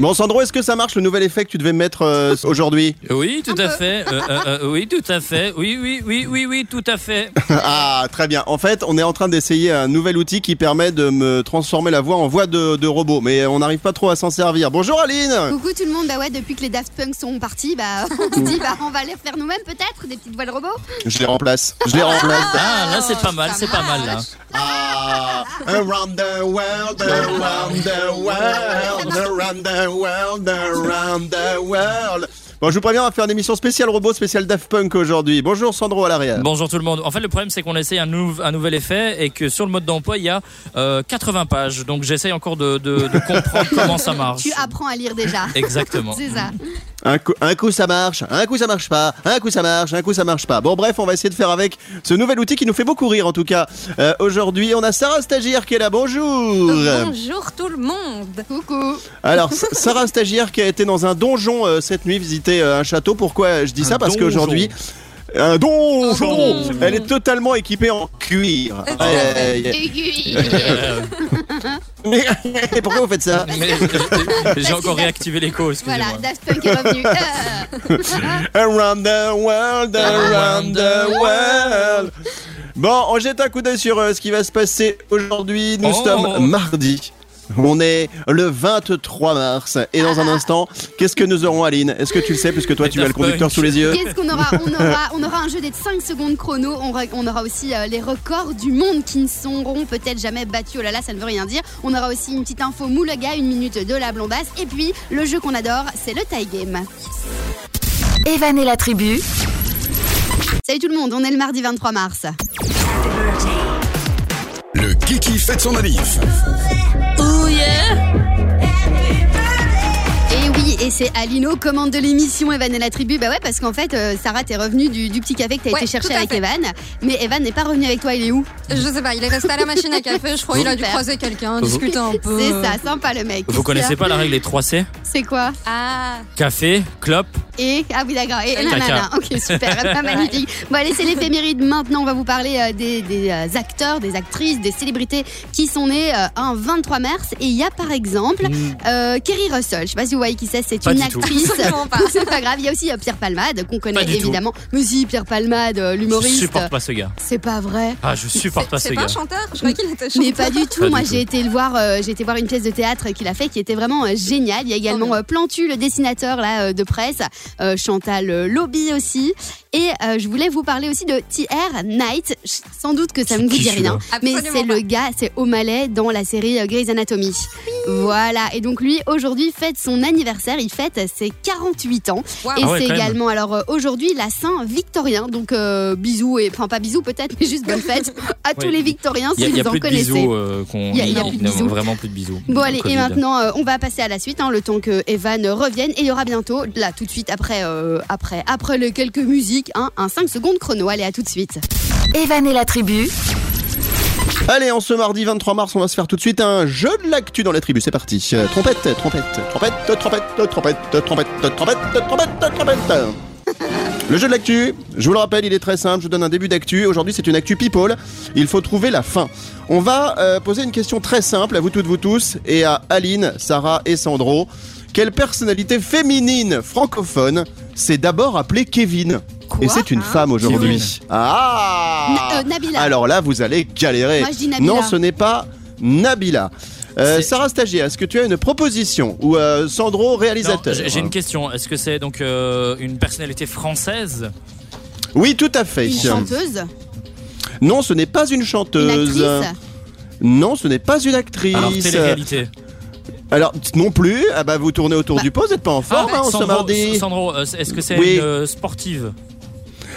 Bon, Sandro, est-ce que ça marche le nouvel effet que tu devais mettre euh, aujourd'hui Oui, tout à fait. Euh, euh, euh, oui, tout à fait. Oui, oui, oui, oui, oui, tout à fait. Ah, très bien. En fait, on est en train d'essayer un nouvel outil qui permet de me transformer la voix en voix de, de robot, mais on n'arrive pas trop à s'en servir. Bonjour Aline Coucou tout le monde, bah ouais, depuis que les Daft Punk sont partis, bah on se dit, bah on va les refaire nous-mêmes peut-être, des petites voix de robots. Je les remplace. Je les remplace. Ah, là, c'est pas mal, ça c'est pas mal. Là. Ah, around the world, around the world, around the world, around the world. Bon, je vous préviens, on va faire une émission spéciale robot, spéciale Daft Punk aujourd'hui. Bonjour Sandro à l'arrière. Bonjour tout le monde. En fait, le problème, c'est qu'on essaye un, nou- un nouvel effet et que sur le mode d'emploi, il y a euh, 80 pages. Donc, j'essaye encore de, de- de comprendre comment ça marche. Tu apprends à lire déjà. Ah, Exactement. Mm. C'est ça. Un coup, un coup ça marche, un coup ça marche pas, un coup ça marche, un coup ça marche pas. Bon bref, on va essayer de faire avec ce nouvel outil qui nous fait beaucoup rire en tout cas. Euh, Aujourd'hui, on a Sarah Stagiaire qui est là, bonjour Euh, Bonjour tout le monde. Coucou. Alors, S- Sarah Stagiaire qui a été dans un donjon euh, cette nuit, visiter euh, un château. Pourquoi je dis ça Parce donjon. qu'aujourd'hui... Un donjon Ah. donjon. Elle est totalement équipée en cuir. Exact. Aïe, aïe, Euh, aïe. Pourquoi vous faites ça mais- J'ai encore réactivé l'écho, Voilà, excusez-moi. Daft Punk est revenu. Euh, Around the world, around the world. Bon, on jette un coup d'œil sur euh, ce qui va se passer aujourd'hui. Nous Oh. sommes mardi. On est le 23 mars. Et dans un instant, qu'est-ce que nous aurons, Aline Est-ce que tu le sais, puisque toi, Les tu as le Daft conducteur Punk. sous les yeux Qu'est-ce qu'on aura on, aura on aura un jeu des 5 secondes chrono, on, aura- on aura aussi euh, les records du monde qui ne seront peut-être jamais battus, oh là là, ça ne veut rien dire. On aura aussi une petite info moulaga, une minute de la blondasse, et puis le jeu qu'on adore, c'est le tie game. Evan et la tribu. Salut tout le monde, on est le mardi 23 mars. Le Kiki fête son manif. Et Eh oui, et c'est Alino, commande de l'émission Evan et la tribu. Bah ouais, parce qu'en fait, euh, Sarah, t'es revenue du, du petit café que t'as Ouais, été chercher tout à avec fait. Evan. Mais Evan n'est pas revenu avec toi, il est où Je sais pas, il est resté à la machine à café, je crois qu'il a dû Super. croiser quelqu'un, discuter un peu. C'est ça, sympa le mec. Vous connaissez pas la règle des 3 C C'est quoi Ah, Café, clope. Et ah oui d'accord. Et Caca. nanana. Ok super, pas magnifique. Bon allez c'est l'éphéméride. Maintenant on va vous parler euh, des, des, euh, acteurs, des actrices, des célébrités qui sont nées euh, un 23 mars. Et il y a par exemple Hmm, euh, Kerry Russell. Je sais pas si vous voyez qui c'est. C'est Pas une du tout. actrice. Absolument pas. C'est pas grave. Il y a aussi euh, Pierre Palmade qu'on connaît du tout. évidemment. Mais si Pierre Palmade, euh, Je l'humoriste. supporte pas ce gars. C'est pas vrai. Ah, je supporte pas ce c'est pas gars. un chanteur Je crois qu'il était chanteur. Mais pas du tout. Pas du Moi, tout. j'ai été le voir. euh, j'ai été voir une pièce de théâtre qu'il a fait, qui était vraiment euh, géniale. Il y a Oh, également euh, Plantu, le dessinateur là euh, de presse, euh, Chantal euh, Lobby aussi. Et euh, je voulais vous parler aussi de T.R. Knight. Ch- Sans doute que ça ne C'est vous qui, dit rien, mais Absolument c'est le pas. gars, c'est O'Malley dans la série euh, Grey's Anatomy. Voilà. Et donc lui, aujourd'hui, fête son anniversaire. Il fête ses 48 ans. Wow. Et Ah ouais, c'est quand même. également, alors euh, aujourd'hui, la Saint-Victorien. Donc euh, bisous, et enfin pas bisous peut-être, mais juste bonne fête à tous Oui. les Victoriens Il si y a, il y a vous en plus de connaissez. bisous. euh, qu'on- Il y a- il y a non, plus de non, bisous. Vraiment plus de bisous. Bon allez, Covid. et maintenant euh, on va passer à la suite, hein, le temps que Evan revienne. Et il y aura bientôt, là tout de suite après, euh, après, après les quelques musiques, hein, un 5 secondes chrono. Allez, à tout de suite. Evan et la tribu. Allez, en ce mardi 23 mars, on va se faire tout de suite un jeu de l'actu dans la tribu. C'est parti. Euh, Trompette, trompette, trompette, trompette, trompette, trompette, trompette, trompette, trompette, trompette. Le jeu de l'actu, je vous le rappelle, il est très simple. Je vous donne un début d'actu. Aujourd'hui, c'est une actu people. Il faut trouver la fin. On va euh, poser une question très simple à vous toutes, vous tous, et à Aline, Sarah et Sandro. Quelle personnalité féminine francophone s'est d'abord appelée Kevin Quoi Et c'est une Hein femme aujourd'hui. Ah Na- euh, Nabila. Alors là, vous allez galérer. Moi, je dis Nabila. Non, ce n'est pas Nabila. Euh, C'est- Sarah Stagiaire, est-ce que tu as une proposition Ou euh, Sandro, Non, réalisateur j'ai j'ai une question. Est-ce que c'est donc euh, une personnalité française Oui, tout à fait. Une chanteuse, Non, ce n'est pas une une chanteuse. actrice. non, ce n'est pas une actrice. Alors, télé-réalité. Alors, t- non plus. Ah bah, vous tournez autour Bah. Ah, oh, Ah, du pot, vous n'êtes pas en forme, hein, en ce Sandro, mardi. Sandro, euh, est-ce que c'est Oui. une euh, sportive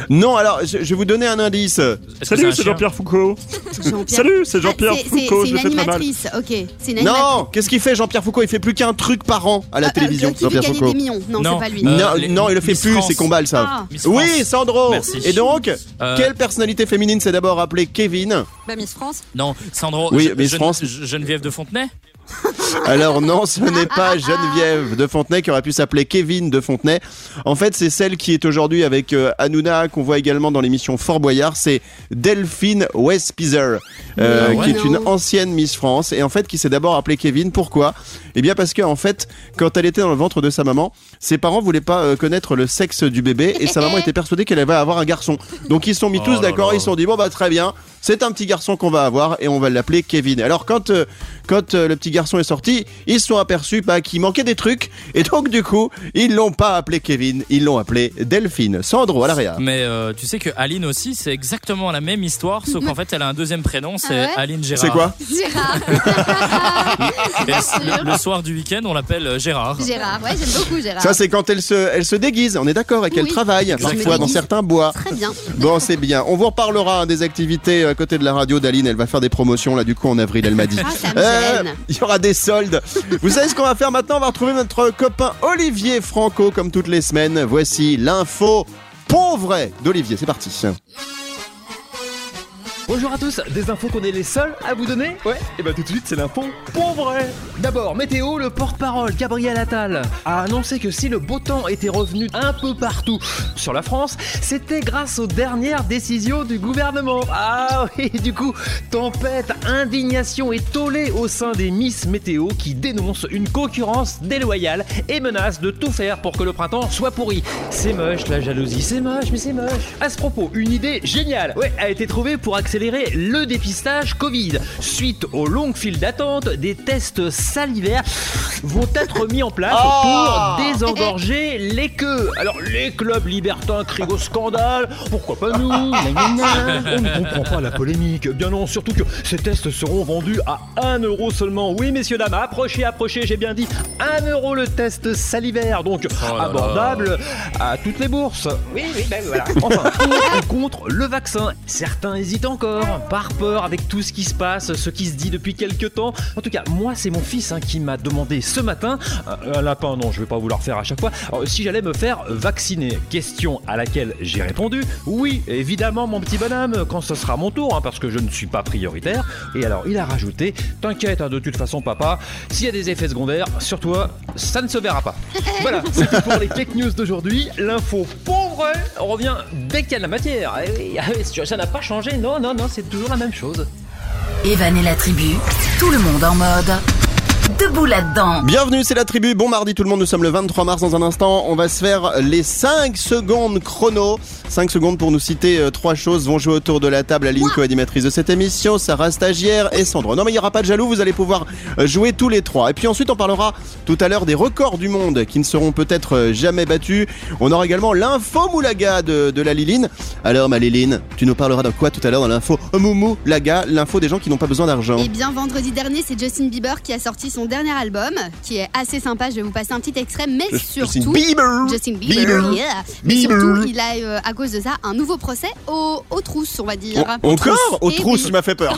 Non, alors, je, je vais vous donner un indice. Est-ce que un Salut, c'est chien Jean-Pierre Foucault. Jean-Pierre. Salut, c'est Ah, Jean-Pierre c'est- c'est- C'est Foucault. Je une le fais très mal. animatrice, ok. C'est une animatrice. Non, qu'est-ce qu'il fait Jean-Pierre Foucault Il fait plus qu'un truc par an à la Ah, télévision, euh, qui veut Jean-Pierre gagner Foucault. des millions. Non, Non. c'est pas lui. Euh, non, les- non, il le fait Miss plus, France. c'est combats, ça. Ah. Miss France. Oui, Sandro Merci. Et donc, Euh, quelle personnalité féminine s'est d'abord appelée Kevin Bah, Miss France. Non, Sandro. Oui, Je- Miss Je- France. Je- Geneviève de Fontenay Alors non, ce n'est pas Geneviève de Fontenay qui aurait pu s'appeler Kevin de Fontenay. En fait, c'est celle qui est aujourd'hui avec euh, Hanouna, qu'on voit également dans l'émission Fort Boyard, c'est Delphine Westpizer, euh, Ah ouais. qui est une Non. ancienne Miss France, et en fait qui s'est d'abord appelée Kevin. Pourquoi Eh bien parce que en fait, quand elle était dans le ventre de sa maman, ses parents voulaient pas euh, connaître le sexe du bébé, et sa maman était persuadée qu'elle allait avoir un garçon. Donc ils se sont mis Oh tous là d'accord, là. ils se sont dit bon bah très bien, c'est un petit garçon qu'on va avoir et on va l'appeler Kevin. Alors quand euh, quand euh, le petit garçon est sorti, ils se sont aperçus bah, qu'il manquait des trucs et donc du coup ils l'ont pas appelé Kevin, ils l'ont appelé Delphine. Sandro à l'arrière. Mais euh, tu sais que Aline aussi, c'est exactement la même histoire, sauf qu'en fait, elle a un deuxième prénom, c'est Ah ouais Aline Gérard. C'est quoi Gérard. Et le, le soir du week-end, on l'appelle euh, Gérard. Gérard, ouais, j'aime beaucoup Gérard. Ça c'est quand elle se elle se déguise, on est d'accord, et qu'elle Oui. travaille Exactement. parfois dans certains bois. Très bien. Bon, c'est bien. On vous reparlera hein, des activités à côté de la radio d'Aline. Elle va faire des promotions là, du coup, en avril, elle m'a dit. Ah, ça me Euh, gêne. Il y aura des soldes. Vous savez ce qu'on va faire maintenant On va retrouver notre copain Olivier Franco, comme toutes les semaines. Voici l'info pauvre d'Olivier. C'est parti. Bonjour à tous, des infos qu'on est les seuls à vous donner Ouais, et bah tout de suite c'est l'info pour vrai D'abord, météo, le porte-parole Gabriel Attal a annoncé que si le beau temps était revenu un peu partout sur la France, c'était grâce aux dernières décisions du gouvernement. Ah oui, du coup, tempête, indignation et tollé au sein des Miss Météo qui dénoncent une concurrence déloyale et menacent de tout faire pour que le printemps soit pourri. C'est moche la jalousie, c'est moche, mais c'est moche. À ce propos, une idée géniale ouais, a été trouvée pour accélérer le dépistage Covid. Suite aux longues files d'attente, des tests salivaires vont être mis en place Ah pour désengorger les queues. Alors les clubs libertins crient au scandale, pourquoi pas nous Gna, gna, gna. On ne comprend pas la polémique. Bien non, surtout que ces tests seront vendus à 1 euro seulement. Oui, messieurs, dames, approchez, approchez, j'ai bien dit 1 euro le test salivaire, donc Oh là là. abordable à toutes les bourses. Oui, oui, ben voilà. Enfin, pour ou contre le vaccin. Certains hésitent encore, par peur avec tout ce qui se passe, ce qui se dit depuis quelques temps. En tout cas, moi, c'est mon fils hein, qui m'a demandé ce matin, euh, un, un lapin, non, je vais pas vous le refaire à chaque fois, alors, si j'allais me faire vacciner. Question à laquelle j'ai répondu, oui, évidemment, mon petit bonhomme, quand ce sera mon tour, hein, parce que je ne suis pas prioritaire. Et alors, il a rajouté, t'inquiète, hein, de toute façon, papa, s'il y a des effets secondaires, sur toi, ça ne se verra pas. Voilà, c'est tout pour les fake news d'aujourd'hui. L'info pauvre revient dès qu'il y a de la matière. Eh oui, ah oui, ça n'a pas changé. Non, non, non, c'est toujours la même chose. Evan et la tribu, tout le monde en mode. Debout là-dedans. Bienvenue, c'est la tribu. Bon mardi tout le monde, nous sommes le 23 mars dans un instant. On va se faire les 5 secondes chrono. 5 secondes pour nous citer euh, trois choses. Vont jouer autour de la table Aline, co-animatrice de cette émission, Sarah, stagiaire et Sandro. Non mais il n'y aura pas de jaloux, vous allez pouvoir euh, jouer tous les trois. Et puis ensuite on parlera tout à l'heure des records du monde qui ne seront peut-être euh, jamais battus. On aura également l'info Moulaga de, de la Liline. Alors ma Liline, tu nous parleras de quoi tout à l'heure dans l'info Moulaga, l'info des gens qui n'ont pas besoin d'argent. Et Eh bien vendredi dernier, c'est Justin Bieber qui a sorti son dernier album, qui est assez sympa. Je vais vous passer un petit extrait, mais Justin surtout. Bieber. Justin Bieber, Bieber. yeah. Mais Bieber. surtout, il a euh, à cause de ça un nouveau procès aux, aux trousses, on va dire. En- Encore Aux Et trousses, oui. tu m'as fait peur.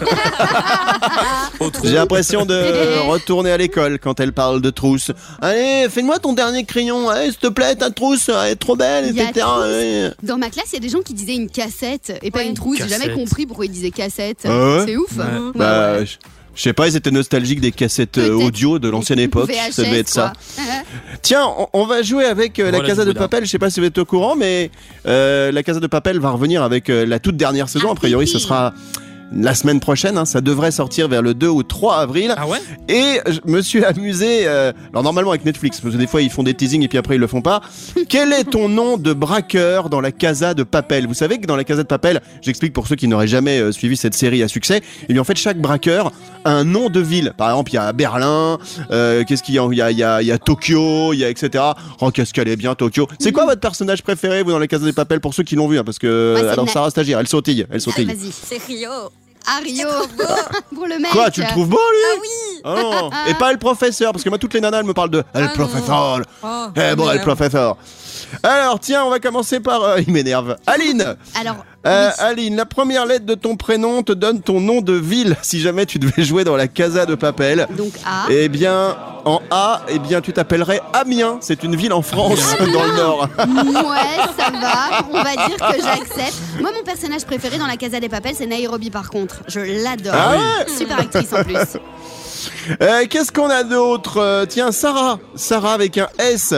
J'ai l'impression de retourner à l'école quand elle parle de trousse. Allez, fais-moi ton dernier crayon. Allez, s'il te plaît, ta trousse, elle est trop belle, Il y a etc. trousse. Allez. Dans ma classe, il y a des gens qui disaient une cassette et pas Ouais. une trousse. J'ai jamais Cassette. compris pourquoi ils disaient cassette. Ah ouais C'est ouf. Ouais. Ouais, ouais. Bah, je je sais pas, ils étaient nostalgiques des cassettes euh, Peut-être. audio de l'ancienne époque. VHS, ça devait être ça. quoi. Tiens, on, on va jouer avec euh, la Voilà Casa du de boudin. Papel. Je sais pas si vous êtes au courant, mais euh, la Casa de Papel va revenir avec euh, la toute dernière saison. A priori, Ah ce sera la semaine prochaine. hein. Ça devrait sortir vers le 2 ou 3 avril. Ah ouais Et je me suis amusé, euh, alors normalement avec Netflix, parce que des fois ils font des teasings et puis après ils le font pas. Quel est ton nom de braqueur dans la Casa de Papel Vous savez que dans la Casa de Papel, j'explique pour ceux qui n'auraient jamais euh, suivi cette série à succès, et bien en fait chaque braqueur a un nom de ville. Par exemple, il y a Berlin, euh, qu'est-ce qu'il y a Il y a, il y a- il y a Tokyo, il y a etc. Oh, qu'est-ce qu'elle est bien Tokyo C'est quoi votre personnage préféré, vous, dans la Casa de Papel, pour ceux qui l'ont vu hein, Parce que, Mhm. Moi, c'est alors Na- Sarah Stagiaire, elle sautille, elle Ah, sautille. Vas-y. C'est Rio. Ario. Pour le mec. Ah. Quoi, tu le trouves beau lui Ah oui Ah Ah non. Et pas le professeur, parce que moi, toutes les nanas, elles me parlent de le non. professeur. Oh, Eh bon, mais, le euh, professeur. Alors, tiens, on va commencer par. euh, il m'énerve. Aline Alors, Euh, Aline, la première lettre de ton prénom te donne ton nom de ville si jamais tu devais jouer dans la Casa de Papel. donc Ah. A. Eh bien, en A, eh bien, tu t'appellerais Amiens. C'est une ville en France, dans le Nord. Ouais, ça va. On va dire que j'accepte. Moi, mon personnage préféré dans la Casa des Papels, c'est Nairobi par contre. Je l'adore. Ah Super actrice en plus. Euh, Qu'est-ce qu'on a d'autre Euh, Tiens, Sarah. Sarah avec un S.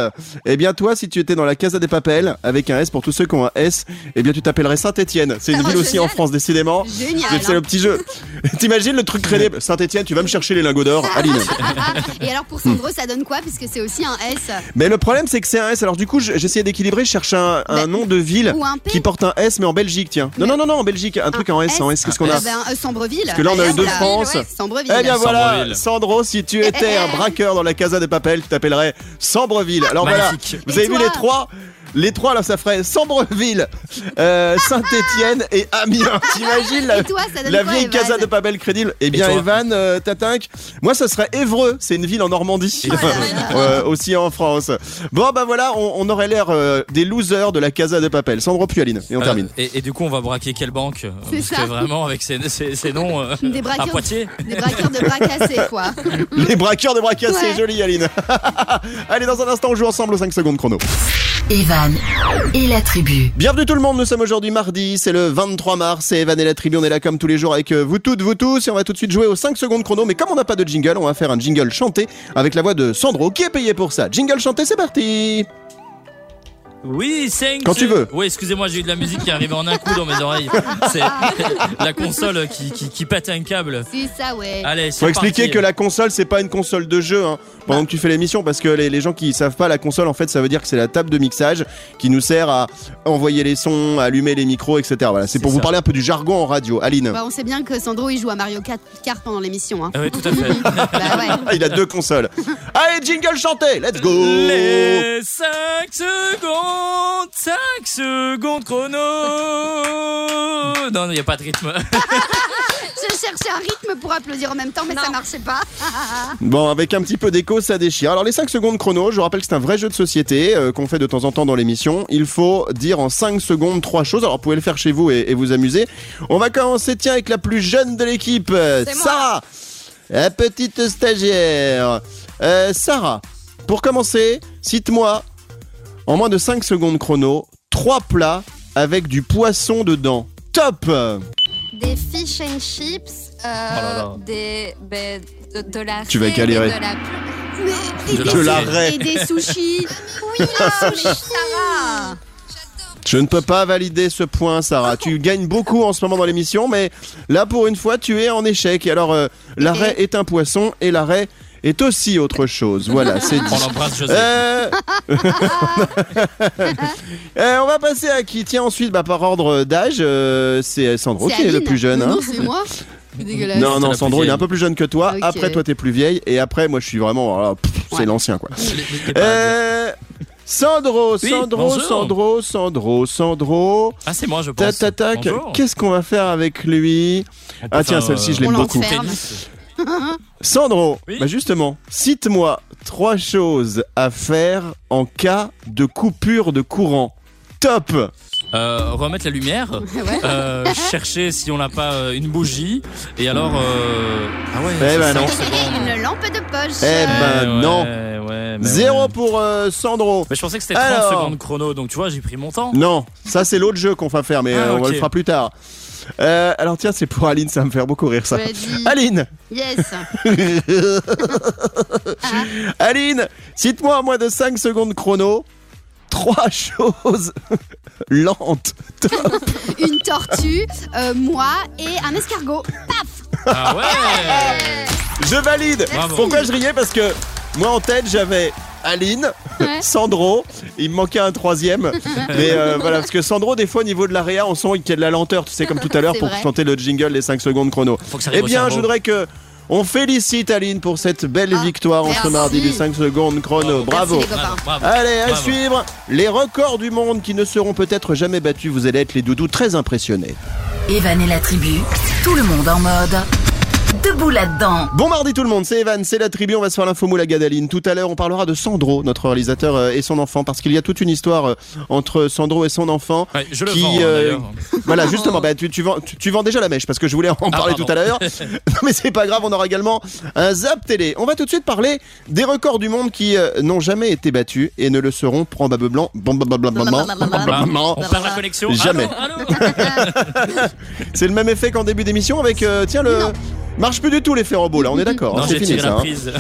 Eh bien, toi, si tu étais dans la Casa des Papels, avec un S pour tous ceux qui ont un S, eh bien, tu t'appellerais Saint-Étienne. C'est une ville aussi en France, décidément. Ah, Génial. hein. C'est le petit jeu. T'imagines le truc créé Saint-Étienne, tu vas me chercher les lingots d'or, Ah, Aline. hein. Et alors pour Sandro, ça donne quoi Puisque c'est aussi un S Mais le problème, c'est que c'est un S. Alors, du coup, je- j'essayais d'équilibrer. Je cherche un, un Bah, nom de ville ou un P. qui porte un S, mais en Belgique, tiens. Non, non, non, non, en Belgique, un, truc en S, S. en S. Qu'est-ce qu'on a Eh ben, euh, Sambreville. Parce que là, on a eu bah, deux France. Sambreville. Eh bien voilà, Sambreville. Sandro, si tu étais un braqueur dans la Casa des Papels, tu t'appellerais Sambreville. Alors Magnifique. voilà, vous avez Et vu toi les trois Les trois là, ça ferait Sambreville, euh, Saint-Étienne et Amiens. T'imagines la, Et toi, ça donne la quoi, vieille Evan Casa des Papels crédible Eh bien, toi Evan, euh, t'attaques. Moi, ça serait Évreux, c'est une ville en Normandie, Oh là Euh, aussi en France. Bon, bah voilà, on, on aurait l'air euh, des losers de la Casa des Papels. Sandro puis Aline, et on Euh, termine. Et, et du coup, on va braquer quelle banque euh, C'est Parce ça. que vraiment, avec ces, ces- ces noms euh, Des braqueurs. à Poitiers. Des braqueurs de bras cassés, quoi. Les braqueurs de bras cassés, Ouais. joli Aline. Allez, dans un instant, on joue ensemble aux 5 secondes chrono. Evan et la tribu. Bienvenue tout le monde, nous sommes aujourd'hui mardi, c'est le 23 mars, c'est Evan et la tribu, on est là comme tous les jours avec euh, vous toutes, vous tous, et on va tout de suite jouer aux 5 secondes chrono, mais comme on n'a pas de jingle, on va faire un jingle chanté avec la voix de Sandro qui est payé pour ça. Jingle chanté, c'est parti Oui, thank Quand tu you. veux. Oui, excusez-moi, j'ai eu de la musique qui est arrivée en un coup dans mes oreilles. C'est la console qui, qui, qui pète un câble. C'est ça, ouais. Allez, c'est Faut expliquer parti. que la console, c'est pas une console de jeu, hein, pendant que tu fais l'émission, parce que les, les gens qui savent pas, la console, en fait, ça veut dire que c'est la table de mixage qui nous sert à envoyer les sons, à allumer les micros, etc. Voilà, c'est C'est pour vous ça. parler un peu du jargon en radio. Aline Bah, on sait bien que Sandro, il joue à Mario Kart Kart pendant l'émission. Hein. Ah oui, tout à fait. bah ouais. Ah, il a deux consoles. Allez, jingle chanté, let's go Les 5 secondes, 5 secondes chrono. Non, il n'y a pas de rythme. Je cherchais un rythme pour applaudir en même temps, mais Non. ça marchait pas. Bon, avec un petit peu d'écho, ça déchire. Alors, les 5 secondes chrono, je vous rappelle que c'est un vrai jeu de société euh, qu'on fait de temps en temps dans l'émission. Il faut dire en 5 secondes trois choses. Alors, vous pouvez le faire chez vous et, et vous amuser. On va commencer, tiens, avec la plus jeune de l'équipe, euh, C'est moi. Sarah, la petite stagiaire. Euh, Sarah, pour commencer, cite-moi, en moins de 5 secondes chrono, trois plats avec du poisson dedans. Top Des fish and chips, euh, là là. des. ben, de, de la. Tu vas raie et galérer. De la Et Je des- l'arrête. Et des sushis. Oui, là, mais ça va. Je ne peux pas valider ce point, Sarah. Tu gagnes beaucoup en ce moment dans l'émission, mais là, pour une fois, tu es en échec. Et alors, euh, l'arrêt est un poisson et l'arrêt est aussi autre chose. Voilà, c'est On dit. l'embrasse, José. Euh, euh, on va passer à qui Tiens, ensuite, bah, par ordre d'âge, euh, c'est Sandro qui est le Aline. plus jeune. Non, hein. non, c'est moi. C'est dégueulasse. Non, C'est non, la Sandro, plus il est un peu plus jeune que toi. Ok. Après, toi, t'es plus vieille. Et après, moi, je suis vraiment. alors, pff, C'est Ouais. l'ancien, quoi. Les- les- les pads. Euh, Sandro, Oui, Sandro, bonjour. Sandro, Sandro, Sandro. Ah, c'est moi, je pense. Tac, tac, tac. Bonjour. Qu'est-ce qu'on va faire avec lui On peut Ah, tiens, faire, celle-ci, je euh, l'aime on beaucoup. l'enferme. tennis. Sandro, Oui bah justement, cite-moi trois choses à faire en cas de coupure de courant. Top Euh, remettre la lumière, Ouais. euh, chercher si on n'a pas euh, une bougie, et alors. euh, Ah ouais, Eh c'est ben ça, non. c'est bon. Une lampe de poche. Eh Euh, ben. Ouais, non. ouais, ouais, mais Zéro ouais. pour euh, Sandro. Mais je pensais que c'était Alors. 30 secondes chrono, donc tu vois, j'ai pris mon temps. Non, ça c'est l'autre jeu qu'on va faire, mais Ah, euh, on va ok. le fera plus tard. Euh, alors tiens, c'est pour Aline, ça va me faire beaucoup rire ça. vas-y. Aline Yes. Aline, cite-moi en moins de 5 secondes chrono, trois choses lentes. Une tortue, euh, moi et un escargot. Ah ouais Je valide Bravo. Pourquoi je riais Parce que moi en tête j'avais Aline, Ouais. Sandro, il me manquait un troisième. Mais euh, voilà, parce que Sandro, des fois au niveau de l'AREA, on sent qu'il y a de la lenteur, tu sais, comme tout à l'heure C'est pour vrai. chanter le jingle les 5 secondes chrono. Faut que ça Eh arrive au bien, je cerveau. voudrais que. On félicite Aline pour cette belle Ah, victoire en ce merci. mardi du 5 secondes chrono. Bravo. Merci, les copains. Bravo. Allez, à Bravo. suivre les records du monde qui ne seront peut-être jamais battus. Vous allez être les doudous très impressionnés. Evan et la tribu. Tout le monde en mode. debout là-dedans. Bon mardi tout le monde, c'est Evan, c'est la tribu, on va se faire l'info moula Gadaline. Tout à l'heure, on parlera de Sandro, notre réalisateur euh, et son enfant, parce qu'il y a toute une histoire euh, entre Sandro et son enfant. Ouais, je le qui, vends, hein, euh, d'ailleurs. voilà, justement, bah, tu, tu vends, tu, tu vends déjà la mèche, parce que je voulais en parler Ah, pardon. tout à l'heure. Non, mais c'est pas grave, on aura également un zap télé. On va tout de suite parler des records du monde qui euh, n'ont jamais été battus et ne le seront probablement. bon, bon, bon, bon, bon, bon, bon, Bah, bon, bon, on perd la connexion. Jamais. Allô, allô C'est le même effet qu'en début d'émission avec. euh, tiens, le. Marche plus du tout les ferrobots là, on est d'accord, non, c'est j'ai fini tiré ça. la hein. prise.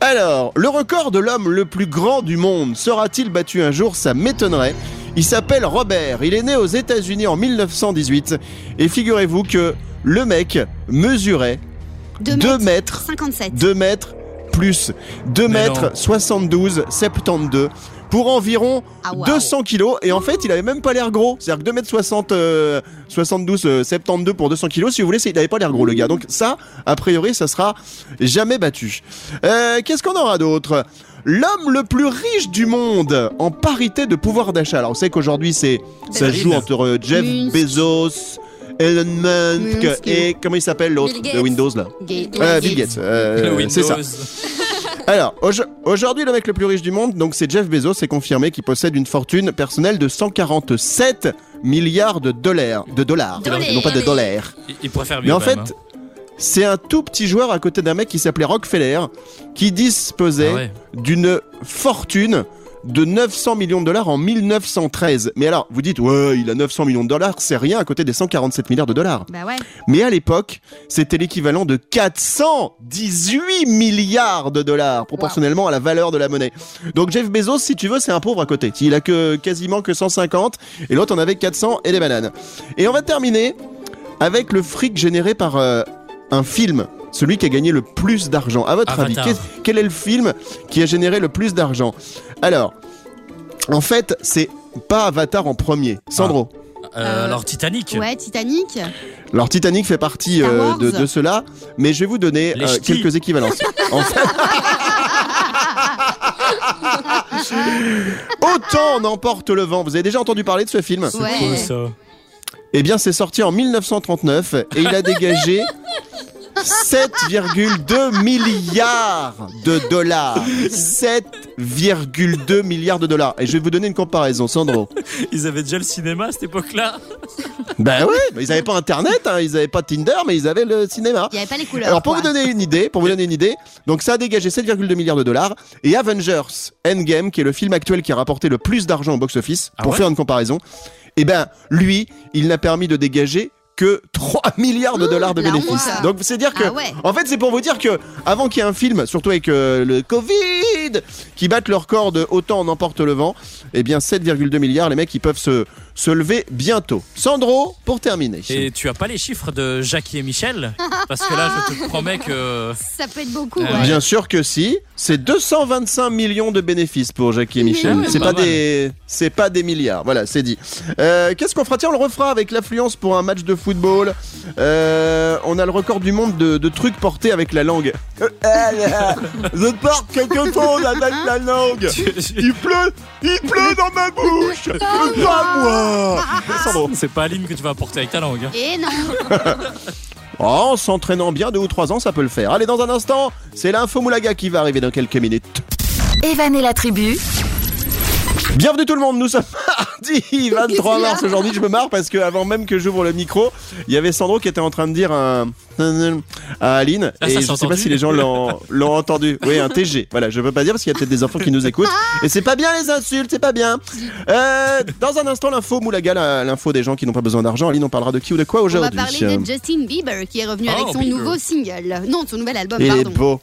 Alors, le record de l'homme le plus grand du monde sera-t-il battu un jour Ça m'étonnerait. Il s'appelle Robert, il est né aux États-Unis en 1918 et figurez-vous que le mec mesurait 2 2 mètres mètres 57. 2 mètres plus 2 Mais mètres non. 72 72 pour environ Ah, waouh. 200 kilos et en fait il avait même pas l'air gros c'est à dire que 2 mètres 60 euh, 72 euh, 72 pour 200 kilos si vous voulez c'est- il avait pas l'air gros le gars donc ça a priori ça sera jamais battu Euh, qu'est-ce qu'on aura d'autre L'homme le plus riche du monde en parité de pouvoir d'achat. Alors, on sait qu'aujourd'hui, c'est ça se joue Terrible. entre euh, Jeff Musk. Bezos, Elon Musk Musk. et comment il s'appelle l'autre Bill de Gates. Windows là Gay. euh, Bill Gates, euh, Le c'est ça. Windows. Alors, aujo- aujourd'hui, le mec le plus riche du monde, donc c'est Jeff Bezos, c'est confirmé qu'il possède une fortune personnelle de 147 milliards de dollars. De dollars, Dollars. non pas de dollars. Il- Il préfère mieux. Mais en Ah quand fait, même, hein. c'est un tout petit joueur à côté d'un mec qui s'appelait Rockefeller, qui disposait Ah ouais. d'une fortune de 900 millions de dollars en 1913. Mais alors, vous dites, ouais, il a 900 millions de dollars, c'est rien à côté des 147 milliards de dollars. Bah ouais. Mais à l'époque, c'était l'équivalent de 418 milliards de dollars, proportionnellement à la valeur de la monnaie. Donc Jeff Bezos, si tu veux, c'est un pauvre à côté. Il a que quasiment que 150, et l'autre en avait 400 et des bananes. Et on va terminer avec le fric généré par euh, un film. Celui qui a gagné le plus d'argent. À votre Avatar. avis, qu'est- quel est le film qui a généré le plus d'argent Alors, en fait, c'est pas Avatar en premier. Sandro. Euh, alors Titanic. Ouais, Titanic. Ah, Alors Titanic fait partie Star euh, Wars. de, de cela, mais je vais vous donner Les euh, ch'tis. quelques équivalences. En fait- Autant on emporte le vent. Vous avez déjà entendu parler de ce film Ouais. Oh, Ça. Eh bien, c'est sorti en 1939 et il a dégagé 7,2 milliards de dollars. 7,2 milliards de dollars. Et je vais vous donner une comparaison, Sandro. Ils avaient déjà le cinéma à cette époque-là. Ben ouais, mais ils n'avaient pas Internet, hein, ils n'avaient pas Tinder, mais ils avaient le cinéma. Il n'y avait pas les couleurs. Alors pour quoi. vous donner une idée, pour vous donner une idée, donc ça a dégagé 7,2 milliards de dollars et Avengers Endgame, qui est le film actuel qui a rapporté le plus d'argent au box-office, Ah pour ouais faire une comparaison, eh ben lui, il n'a permis de dégager que 3 milliards de dollars de la bénéfices. honte. Donc c'est dire que, Ah ouais. en fait, c'est pour vous dire que avant qu'il y ait un film, surtout avec euh, le Covid, qui batte leur corps de autant on emporte le vent, eh bien 7,2 milliards, les mecs, ils peuvent se se lever bientôt. Sandro, pour terminer. Et tu as pas les chiffres de Jackie et Michel Parce que là, je te promets que. Ça peut être beaucoup. Euh, ouais. Bien sûr que si. C'est 225 millions de bénéfices pour Jackie et Michel. Mais ouais, c'est pas, pas mal. des, c'est pas des milliards. Voilà, c'est dit. Euh, Qu'est-ce qu'on fera Tiens, on le refera avec l'affluence pour un match de football. Euh, on a le record du monde de, de trucs portés avec la langue. Euh, Je porte quelque chose avec la langue. Il pleut, il pleut dans ma bouche. C'est Pas moi. Sandro. C'est pas Aline que tu vas apporter avec ta langue. hein. Et non. Oh, en s'entraînant bien deux ou trois ans, ça peut le faire. Allez, dans un instant, c'est l'info Moulaga qui va arriver dans quelques minutes. Evan et la tribu. Bienvenue tout le monde, nous sommes mardi 23 mars aujourd'hui. Je me marre parce que avant même que j'ouvre le micro, il y avait Sandro qui était en train de dire un à Aline Ah, ça et s'est je sais pas entendu. si les gens l'ont l'ont entendu. Oui, un TG. Voilà, je peux pas dire parce qu'il y a peut-être des enfants qui nous écoutent et c'est pas bien les insultes, c'est pas bien. Euh, dans un instant l'info Moulaga, la- l'info des gens qui n'ont pas besoin d'argent. Aline, on parlera de qui ou de quoi On va aujourd'hui parler de Justin Bieber qui est revenu Oh, avec son Bieber. nouveau single. Non, son nouvel album, Il est pardon. beau.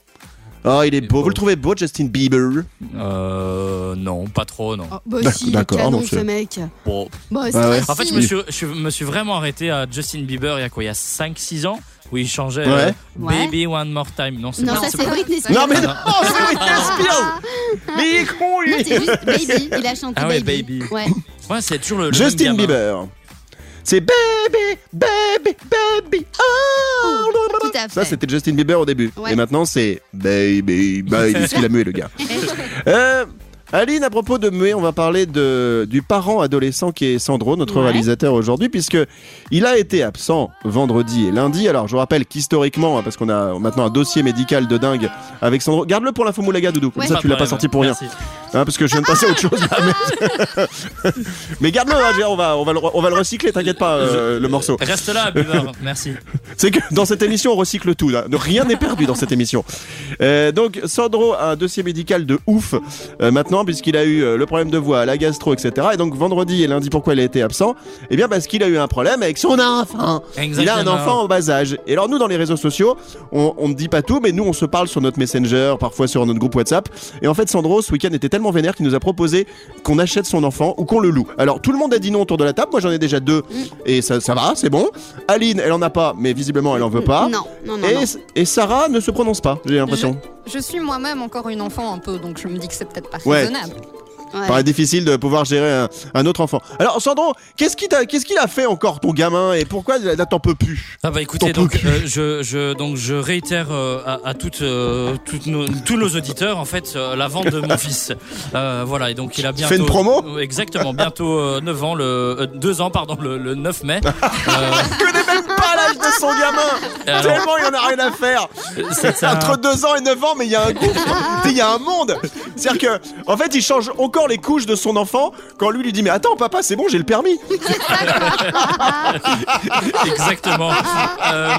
Oh, il est beau. beau. Vous le trouvez beau, Justin Bieber Euh. Non, pas trop, non. Oh, bah D'ac- si, il est d'accord, canon monsieur. ce mec. Bon. Bah, c'est Ouais, ouais. facile. En fait, je me suis, je me suis vraiment arrêté à Justin Bieber il y a quoi Il y a 5-6 ans Où il changeait euh, Ouais. Ouais. Baby One More Time. Non, c'est Non, pas- ça c'est c'est pas- Britney Spears. Non mais non, Ah. c'est Britney Ah. Spears. Mais il est con lui. Non, c'est juste Baby, il a chanté Ah ouais, Baby. Baby. Ouais. Ouais, c'est toujours le. le Justin même gamin. Bieber. C'est baby, baby, baby. Oh. Tout à fait. Ça, c'était Justin Bieber au début. Ouais. Et maintenant, c'est baby, baby. Parce qu'il a mué, le gars. Euh, Aline, à propos de muet, on va parler de, du parent adolescent qui est Sandro, notre Ouais. réalisateur aujourd'hui, puisque il a été absent vendredi et lundi. Alors, je vous rappelle qu'historiquement, hein, parce qu'on a maintenant un dossier médical de dingue avec Sandro. Garde-le pour l'info Moulaga, Doudou. Comme Ouais. ça, tu l'as pas sorti pour rien. Merci. Hein, parce que je viens de passer à autre chose. là, mais- mais garde-le, hein, Gérard, on va, on, va le, on va le recycler, t'inquiète pas, euh, le morceau. Reste là, buveur. Merci. C'est que dans cette émission, on recycle tout. là. Rien n'est perdu dans cette émission. Euh, donc, Sandro a un dossier médical de ouf euh, maintenant, puisqu'il a eu euh, le problème de voix, la gastro, etc. Et donc, vendredi et lundi, pourquoi il a été absent Eh bien, parce qu'il a eu un problème avec son enfant. Il a un Exactement. enfant en bas âge. Et alors, nous, dans les réseaux sociaux, on on ne dit pas tout, mais nous, on se parle sur notre Messenger, parfois sur notre groupe WhatsApp. Et en fait, Sandro, ce week-end, était tellement vénère qu'il nous a proposé qu'on achète son enfant ou qu'on le loue. Alors, tout le monde a dit non autour de la table. Moi, j'en ai déjà deux Mm. et ça, ça va, c'est bon. Aline, elle en a pas, mais visiblement, elle en veut pas. Non, non, non. Et, non. et Sarah ne se prononce pas, j'ai l'impression. Je suis moi-même encore une enfant un peu, donc je me dis que c'est peut-être pas Ouais. raisonnable. Ouais. Paraît difficile de pouvoir gérer un, un autre enfant. Alors, Sandro, qu'est-ce qu'il t'a- qu'est-ce qu'il a fait encore, ton gamin, et pourquoi là, t'en peux plus Ah bah écoutez, Ton donc, cul. euh, je, je, donc je réitère euh, à, à toutes, euh, toutes nos- tous nos auditeurs en fait euh, la vente de mon fils. Euh, voilà et donc il a bientôt. Fais une promo Euh, Exactement, bientôt 9 ans, le 2 ans pardon, le, le 9 mai. Que n'est même pas l'âge de son gamin Alors- Tellement il en a rien à faire Euh, c'est ça. Entre 2 ans et 9 ans, mais il y a un gouffre Tu sais, Il y a un monde C'est-à-dire que, en fait, il change encore les couches de son enfant quand lui lui dit Mais attends, papa, c'est bon, j'ai le permis Exactement. Euh,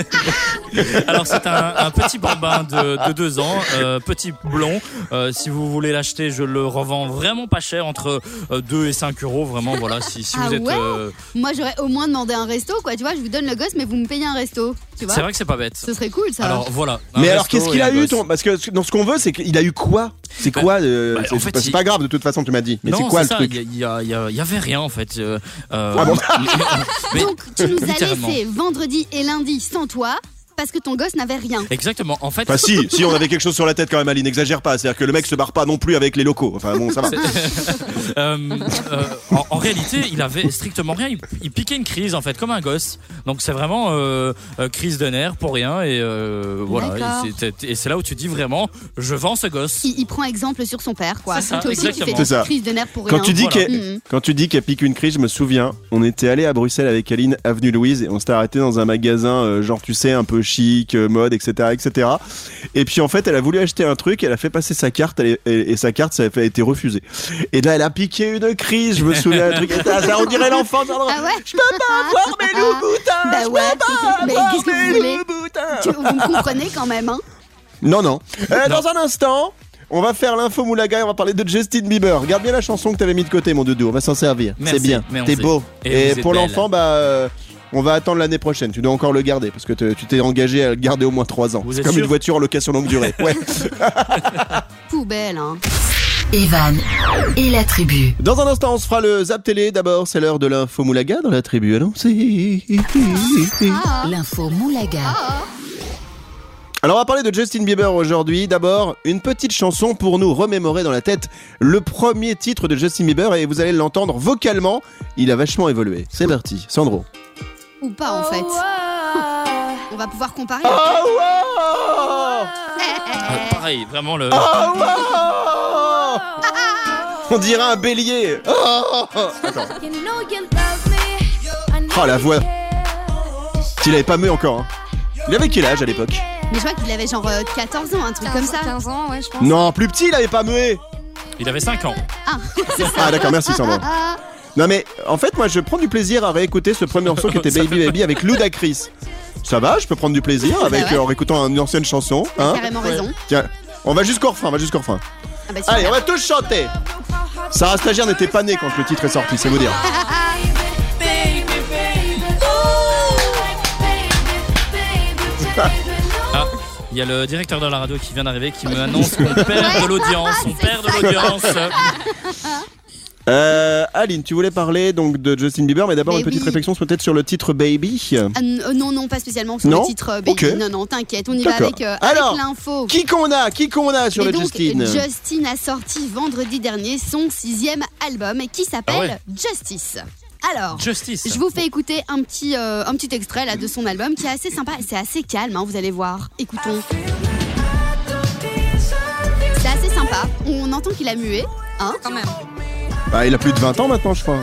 Alors c'est un, un petit bambin de, de deux ans, euh, petit blond. Euh, si vous voulez l'acheter, je le revends vraiment pas cher, entre euh, 2 et 5 euros, vraiment. Voilà, si, si Ah vous êtes. ouais euh, Moi, j'aurais au moins demandé un resto, quoi. Tu vois, je vous donne le gosse, mais vous me payez un resto. Tu vois C'est vrai que c'est pas bête. Ce serait cool, ça. Alors voilà. un Mais alors, Ah, resto qu'est-ce qu'il et un a eu, gosse. ton. Parce que dans ce qu'on veut, c'est qu'il a eu quoi C'est Bah, quoi euh, bah, en C'est fait, c'est il- pas grave, de toute façon, tu m'as dit. Mais Non, c'est quoi le ça, truc Il y, a- il y a- il y avait rien en fait. euh, euh, Ah bon mais- mais- Donc, tu nous as littéralement. laissé vendredi et lundi sans toi parce que ton gosse n'avait rien. Exactement. En fait, Enfin si, si on avait quelque chose sur la tête quand même Aline, n'exagère pas, c'est-à-dire que le mec se barre pas non plus avec les locaux. Enfin bon, ça va. Euh, euh, en, en réalité, il avait strictement rien. Il, il piquait une crise en fait, comme un gosse. Donc c'est vraiment euh, euh, crise de nerfs pour rien. Et euh, voilà. D'accord. Et c'est- Et c'est là où tu dis vraiment, je vends ce gosse. Il, il prend exemple sur son père, quoi. C'est ça, Toi aussi, tu fais exactement. des C'est ça. crises de nerfs pour Quand rien. tu dis voilà. qu'elle Mhm. quand tu dis qu'elle pique une crise, je me souviens, on était allé à Bruxelles avec Aline avenue Louise et on s'était arrêté dans un magasin euh, genre tu sais un peu chic, euh, mode etc etc. Et puis en fait elle a voulu acheter un truc, elle a fait passer sa carte elle est- et, et sa carte ça a, fait- a été refusée. Et là elle a piqué une crise, je me souviens un truc. Ah, ça, on dirait l'enfant. ça, Ah ouais Je peux pas avoir mes loups boutins. Bah je ouais, peux mais pas avoir qu'est-ce que vous mes voulez loups boutins. Tu- Vous me comprenez quand même, hein Non, non. Euh, Non. Dans un instant, on va faire l'info Moulaga et on va parler de Justin Bieber. Regarde bien la chanson que t'avais mis de côté, mon doudou. On va s'en servir. Merci, C'est bien. mais on T'es sait. beau. Et Et, vous êtes pour belle. l'enfant, bah. euh, On va attendre l'année prochaine. Tu dois encore le garder parce que te- tu t'es engagé à le garder au moins 3 ans. Vous C'est êtes comme sûr une voiture en location longue durée. Ouais. Poubelle, hein. Evan et la tribu. dans un instant, on se fera le Zap Télé. D'abord, c'est l'heure de l'info Moulaga dans la tribu. Allons, c'est. L'info Moulaga. Alors on va parler de Justin Bieber aujourd'hui. D'abord, une petite chanson pour nous remémorer dans la tête le premier titre de Justin Bieber et vous allez l'entendre vocalement. Il a vachement évolué. C'est parti, Sandro. Ou pas, Ah en fait. Oh, On va pouvoir comparer. Euh, pareil, vraiment le. Oh On dirait un bélier. Oh, Attends. Oh la voix. S'il avait pas mué encore. hein. Il avait quel âge à l'époque Mais je vois qu'il avait genre euh, 14 ans, un truc comme ça. 15 ans, ouais, je pense. Non, plus petit, il avait pas mué. Il avait 5 ans. Ah d'accord, merci Sandro. Ah, Non mais en fait moi je prends du plaisir à réécouter ce premier morceau qui était Ça Baby fait- Baby avec Ludacris. Ça va, je peux prendre du plaisir avec euh, ouais. en réécoutant une ancienne chanson, hein carrément raison. Tiens, on va jusqu'au refrain, on va jusqu'au refrain. Ah bah, super. Allez, on va tous chanter. Sarah Stagiaire n'était pas née quand le titre est sorti, c'est vous dire. Oh Ah, il y a le directeur de la radio qui vient d'arriver qui me annonce qu'on perd de l'audience. On Ah, perd de l'audience. Euh, Aline, tu voulais parler donc de Justin Bieber, mais d'abord Mais une petite oui. réflexion sur- peut-être sur le titre Baby. Ah, n- euh, non, non, pas spécialement sur Non le titre euh, Baby. Ok. Non, non, t'inquiète, on y va D'accord. avec, euh, Alors, avec l'info. Qui qu'on a Qui qu'on a sur Et le donc, Justin Justin a sorti vendredi dernier son sixième album qui s'appelle Ah ouais. Justice. Alors, Justice. je vous fais écouter un petit, euh, un petit extrait là, de son album qui est assez sympa et c'est assez calme, hein, vous allez voir. Écoutons. C'est assez sympa. pas. On entend qu'il a mué. Hein quand même. Bah, il a plus de 20 ans maintenant, je crois.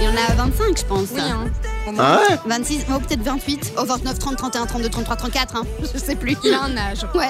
Il en a 25, je pense. Oui, hein. Au moins. Ah ouais 26, oh, peut-être 28, oh, 29, 30, 31, 32, 33, 34, hein. je sais plus. Il a un âge. Ouais.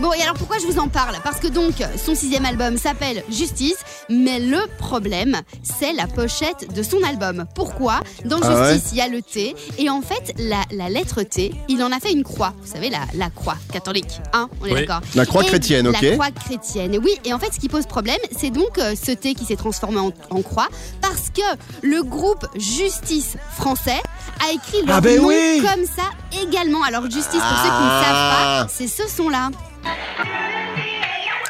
Bon, et alors pourquoi je vous en parle Parce que donc, son sixième album s'appelle Justice, mais le problème, c'est la pochette de son album. Pourquoi Dans Ah ouais Justice, il y a le T, et en fait, la, la lettre T, il en a fait une croix. Vous savez, la, la croix catholique, hein On est Oui. d'accord La croix Et chrétienne, ok. La croix chrétienne, oui. Et en fait, ce qui pose problème, c'est donc euh, ce T qui s'est transformé en, en croix, parce que le groupe Justice français a écrit leur Ah ben nom oui comme ça également. Alors Justice, pour ceux qui ne savent Ah. pas, c'est ce son-là.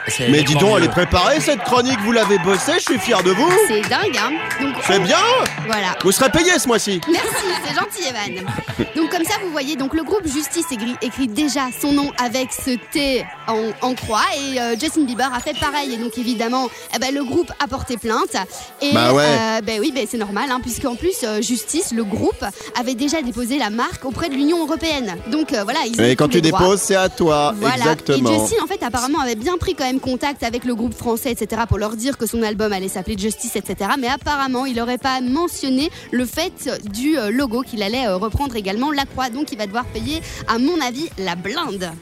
C'est Mais dis tant donc, mieux. elle est préparée cette chronique, vous l'avez bossée, je suis fier de vous. C'est dingue, hein Donc, C'est bien Voilà. Vous serez payé ce mois-ci. Merci, c'est gentil Evan. Donc comme ça, vous voyez, donc le groupe Justice écrit, écrit déjà son nom avec ce T en, en croix et euh, Justin Bieber a fait pareil. Et donc évidemment, eh ben, le groupe a porté plainte. Et Bah ouais. euh, ben oui, ben, c'est normal, hein, puisqu'en plus euh, Justice, le groupe, avait déjà déposé la marque auprès de l'Union européenne. Donc euh, voilà, ils ont Et quand tous les tu droits. déposes, c'est à toi. Voilà. Et Exactement. Justin, en fait, apparemment, avait bien pris quand même contact avec le groupe français, etc., pour leur dire que son album allait s'appeler Justice, etc. Mais apparemment, il n'aurait pas mentionné le fait du euh, logo qu'il allait euh, reprendre également la croix. Donc, il va devoir payer, à mon avis, la blinde.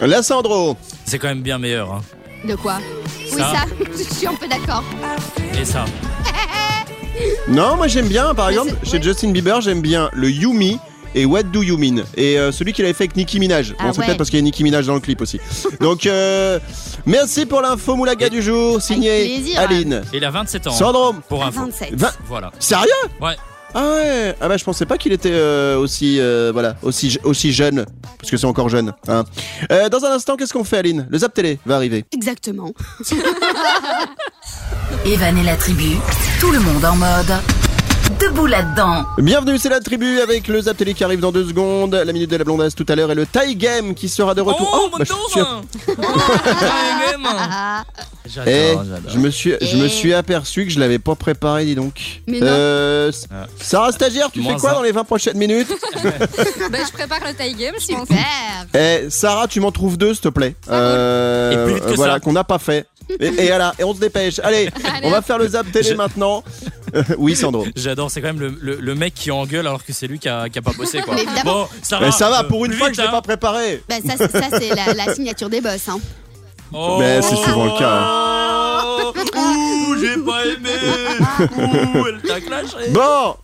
La Sandro. C'est quand même bien meilleur. hein. De quoi Oui, Ça. ça, je suis un peu d'accord. Et ça. Non, moi j'aime bien, par Mais exemple, c'est- chez ouais. Justin Bieber, j'aime bien le Yumi et What Do You Mean Et euh, celui qu'il avait fait avec Nicki Minaj. Ah Bon, c'est ouais. peut-être parce qu'il y a Nicki Minaj dans le clip aussi. Donc, euh, merci pour l'info Moulaga du jour, Avec signé plaisir. Aline. Il a 27 ans. hein, Sandro. Pour info. 27. Vingt- Voilà. Sérieux Ouais. Ah ouais Ah bah je pensais pas qu'il était euh, aussi euh, voilà aussi je- aussi jeune parce que c'est encore jeune hein. Euh, dans un instant qu'est-ce qu'on fait Aline Le Zap Télé va arriver. Exactement. Evan et la tribu, tout le monde en mode. Debout là-dedans. Bienvenue c'est la tribu avec le Zap Télé qui arrive dans deux secondes, la minute de la blondasse tout à l'heure et le Tie Game qui sera de retour. Oh, bah, mon je suis- tour Ouais, gamin. Ah, Eh, J'adore, j'adore. je me suis je Eh. me suis aperçu que je l'avais pas préparé dis donc. Mais non. Euh, s- Ah. Sarah stagiaire tu Moins fais quoi un. dans les 20 prochaines minutes Ben, je prépare le tie game, je pense. super. Eh Sarah, tu m'en trouves deux, s'il te plaît. Euh, Et plus vite que voilà, ça. qu'on n'a pas fait. Et, et voilà, et on se dépêche. Allez, on va faire le zap télé Je- maintenant. Euh, oui, Sandro. J'adore, c'est quand même le, le- le mec qui engueule alors que c'est lui qui a, qui a pas bossé quoi. Mais évidemment. bon, ça va. Mais ça va, euh, pour une plus fois que vite, je l'ai hein. pas préparé. Ben, ça, c'est- ça, c'est la, la signature des boss. hein. Oh. Mais c'est souvent le cas, hein. Ouh, j'ai pas aimé. Ouh, elle t'a clashé. Bon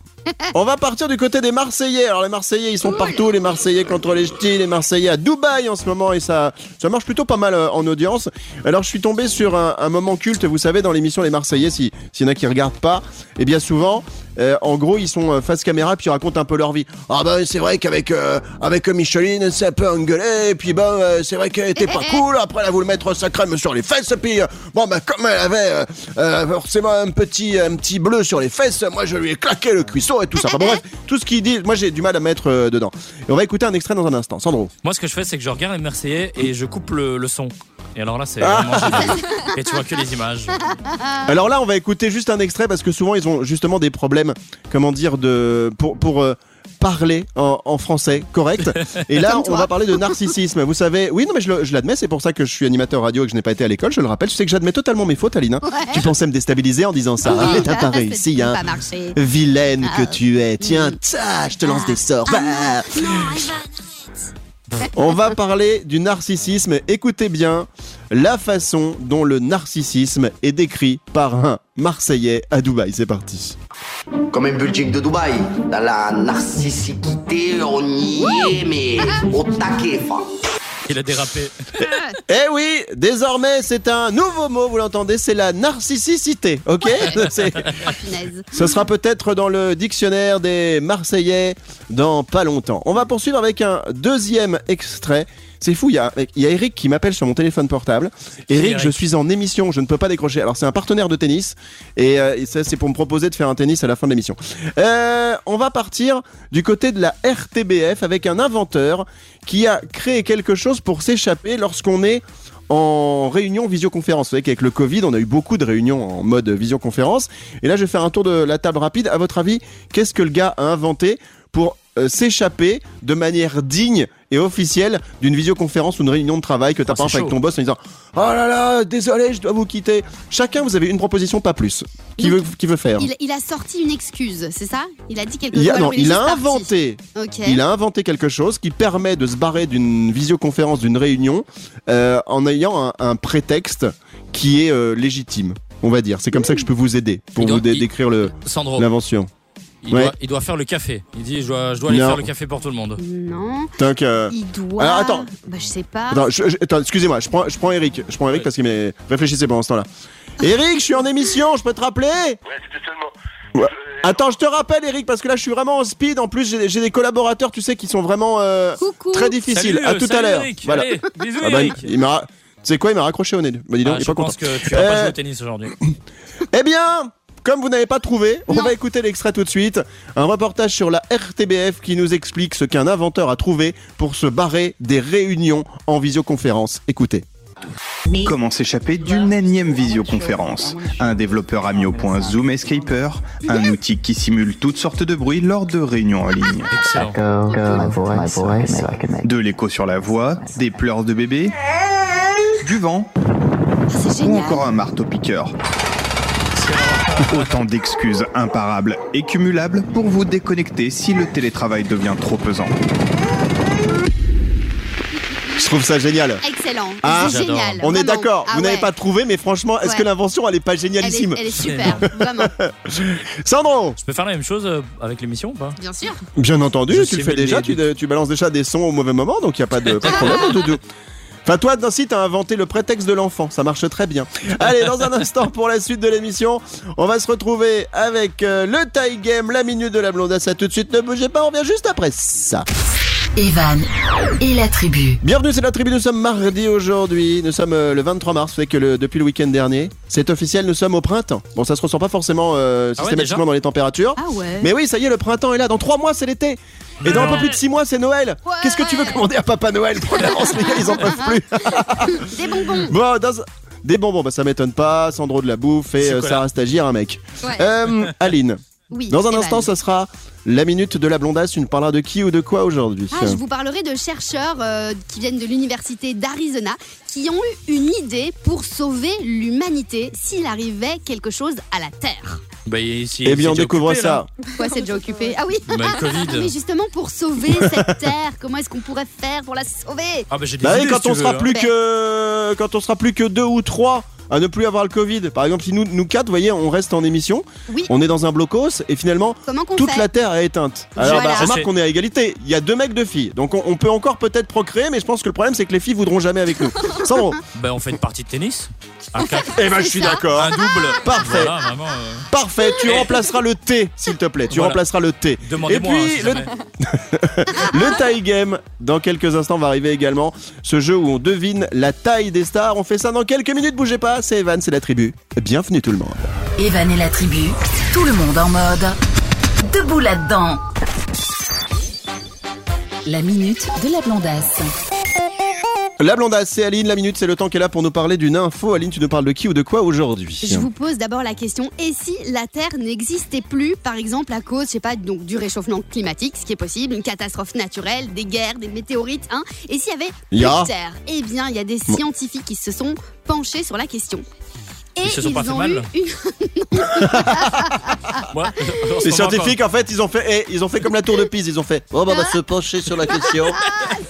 on va partir du côté des Marseillais. Alors les Marseillais, ils sont partout. Les Marseillais contre les ch'tis, les Marseillais à Dubaï en ce moment et ça, ça marche plutôt pas mal euh, en audience. Alors je suis tombé sur un, un moment culte. Vous savez, dans l'émission Les Marseillais, si- s'il y en a qui regardent pas, et bien souvent, euh, en gros, ils sont euh, face caméra puis ils racontent un peu leur vie. Ah ben c'est vrai qu'avec euh, avec Micheline, c'est un peu engueulé. Et puis ben euh, c'est vrai qu'elle était pas cool. Après elle a voulu mettre sa crème sur les fesses. Et puis euh, bon ben comme elle avait euh, euh, forcément un petit un petit bleu sur les fesses, moi je lui ai claqué le cuisson et tout ça. Enfin bon, bref, tout ce qu'ils disent, moi j'ai du mal à mettre euh, dedans. Et on va écouter un extrait dans un instant. Sandro. Moi, ce que je fais, c'est que je regarde les Marseillais et je coupe le, le son. Et alors là, c'est vraiment génial. Et tu vois que les images. Alors là, on va écouter juste un extrait parce que souvent ils ont justement des problèmes, comment dire, de pour pour euh, parler en, en français correct. Et là, Comme on toi. va parler de narcissisme. Vous savez, oui, non, mais je le- je l'admets, c'est pour ça que je suis animateur radio et que je n'ai pas été à l'école. Je le rappelle, je sais que j'admets totalement mes fautes, Aline. hein. Tu pensais me déstabiliser en disant ça. hein. Oui, Ah, Ah, Mais t'as pas ça, ça réussi, peut hein. pas Ah. Mm. marcher. Vilaine que tu es. Tiens, tcha, je te lance Ah. des sorts. Va. On va parler du narcissisme. Écoutez bien la façon dont le narcissisme est décrit par un Marseillais à Dubaï. C'est parti. Comme un budget de Dubaï. Dans la narcissiquité, on y est, mais au taquet, fin. Il a dérapé. Eh oui, désormais, c'est un nouveau mot, vous l'entendez, c'est la narcissicité, ok C'est- Punaise. Ce sera peut-être dans le dictionnaire des Marseillais dans pas longtemps. On va poursuivre avec un deuxième extrait. C'est fou, il y a, il y a Eric qui m'appelle sur mon téléphone portable. Eric, Eric je suis en émission, je ne peux pas décrocher. Alors c'est un partenaire de tennis et, euh, et ça c'est pour me proposer de faire un tennis à la fin de l'émission. Euh, on va partir du côté de la RTBF avec un inventeur qui a créé quelque chose pour s'échapper lorsqu'on est en réunion visioconférence. Vous savez qu'avec le Covid, on a eu beaucoup de réunions en mode visioconférence. Et là, je vais faire un tour de la table rapide. À votre avis, qu'est-ce que le gars a inventé pour euh, s'échapper de manière digne et et officielle d'une visioconférence ou une réunion de travail que Ah, t'as c'est pas avec chaud. ton boss en disant Oh là là, désolé, je dois vous quitter. Chacun, vous avez une proposition, pas plus. Qui, Donc, veut, qui veut faire Il, il a sorti une excuse, c'est ça Il a dit quelque Il chose. y a- alors non, est il a juste parti. inventé. Ok. Il a inventé quelque chose qui permet de se barrer d'une visioconférence, d'une réunion, euh, en ayant un, un prétexte qui est euh, légitime, on va dire. C'est comme ça que je peux vous aider, pour Il vous doit- dé- il- décrire le- Sandro, l'invention. il, ouais. doit, il doit faire le café. Il dit je dois, je dois aller Non. faire le café pour tout le monde. Non, Donc, euh, il doit. Alors, attends. Bah, je sais pas. attends, je- je- attends, excusez-moi, je prends, je prends Eric. Je prends Eric parce qu'il m'est... Réfléchissez pendant ce temps-là. Eric, je suis en émission, je peux te rappeler Ouais, c'était seulement. Ouais. Attends, je te rappelle Eric, parce que là je suis vraiment en speed. En plus, j'ai, j'ai des collaborateurs, tu sais, qui sont vraiment euh, Coucou. très difficiles. Salut, à euh, tout à salut, l'heure. Eric. Voilà. Allez, bisous, Ah bah, il, Eric. il m'a. ra- Tu sais quoi, il m'a raccroché au nez. Bah, dis donc, Ah, il est je pas pense content. que tu vas pas Euh, jouer au tennis aujourd'hui. Eh bien, comme vous n'avez pas trouvé, on Non. va écouter l'extrait tout de suite. Un reportage sur la RTBF qui nous explique ce qu'un inventeur a trouvé pour se barrer des réunions en visioconférence. Écoutez. Comment s'échapper d'une énième visioconférence Un développeur a mis au point Zoom Escaper, un outil qui simule toutes sortes de bruits lors de réunions en ligne. Excellent. euh, De l'écho sur la voix, des pleurs de bébé, du vent Ah, c'est ou génial. encore un marteau-piqueur. Autant d'excuses imparables et cumulables pour vous déconnecter si le télétravail devient trop pesant. Je trouve ça génial. Excellent. Ah, c'est j'adore. génial. On est vraiment. d'accord, Ah vous n'avez ouais. pas trouvé, mais franchement, est-ce Ouais. que l'invention, elle est pas Elle est, génialissime elle est super, vraiment. Sandro Je peux faire la même chose euh, avec l'émission ou pas Bien sûr. Bien entendu, Je tu le suis fais mêlé déjà, du tu, tu balances déjà des sons au mauvais moment, donc il n'y a pas de, pas de problème, mon doudou. Enfin, toi, Nancy, t'as inventé le prétexte de l'enfant, ça marche très bien. Allez, dans un instant, pour la suite de l'émission, on va se retrouver avec euh, le tie game, la minute de la blondasse. À tout de suite, ne bougez pas, on revient juste après ça. Evan et la tribu. Bienvenue, c'est la tribu, nous sommes mardi aujourd'hui, nous sommes euh, le 23 mars, c'est que le- depuis le week-end dernier, c'est officiel, nous sommes au printemps. Bon, ça se ressent pas forcément euh, Ah ouais, systématiquement déjà dans les températures, Ah ouais. mais oui, ça y est, le printemps est là. Dans trois mois, c'est l'été. Et dans un peu plus de six mois, c'est Noël. Ouais. Qu'est-ce que tu veux commander à Papa Noël pour l'avance, les gars Ils en peuvent plus. Des bonbons. Bon, dans- Des bonbons, bah ça m'étonne pas. Sandro de la bouffe et euh, Chocolat. Sarah Stagiaire, un mec. Ouais. Euh, Aline, Oui. dans un Evan. instant, ça sera la minute de la blondasse. Tu nous parleras de qui ou de quoi aujourd'hui Ah, je vous parlerai de chercheurs euh, qui viennent de l'université d'Arizona qui ont eu une idée pour sauver l'humanité s'il arrivait quelque chose à la Terre. Bah, il- si- Eh c'est bien, on déjà découvre occupé, ça. là. Ouais, c'est déjà occupé. Ah oui Bah, le Ah, mais Covid. justement, pour sauver cette Terre, comment est-ce qu'on pourrait faire pour la sauver Ah, bah, j'ai des Bah, idées, oui, quand si tu on veux, sera hein. plus que quand on sera plus que deux ou trois à ne plus avoir le Covid. Par exemple, si nous nous quatre, vous voyez, on reste en émission, Oui, on est dans un blocos et finalement comment qu'on toute fait la Terre est éteinte. Alors bah, Voilà. Ça, c'est- remarque qu'on est à égalité. Il y a deux mecs, deux filles. Donc on, on peut encore peut-être procréer, mais je pense que le problème c'est que les filles voudront jamais avec nous. Sandro Bah, on fait une partie de tennis. Un quatre. Eh ben je suis ça. d'accord. Un double. Parfait. Voilà, vraiment. euh, Parfait, tu Eh. remplaceras le T, s'il te plaît. Tu Voilà. remplaceras le T. Demandez-moi. Et puis, hein, si le- jamais. Le taille game, dans quelques instants, va arriver également. Ce jeu où on devine la taille des stars. On fait ça dans quelques minutes, bougez pas. C'est Evan, c'est la tribu. Bienvenue tout le monde. Evan et la tribu. Tout le monde en mode. Debout là-dedans. La minute de la blondasse. La blondasse, c'est Aline. La minute, c'est le temps qu'elle a pour nous parler d'une info. Aline, tu nous parles de qui ou de quoi aujourd'hui Je vous pose d'abord la question et si la Terre n'existait plus, par exemple à cause, je sais pas, donc du réchauffement climatique, ce qui est possible, une catastrophe naturelle, des guerres, des météorites, hein Et s'il y avait plus Il y a- de Terre Eh bien, il y a des scientifiques qui se sont penchés sur la question. Et Ils se sont pas fait ont mal eu une... Moi, on Les se rend scientifiques, en fait, ils ont fait, eh, ils ont fait comme la tour de Pise. Ils ont fait. Oh, bah, Ah. on va se pencher sur la question.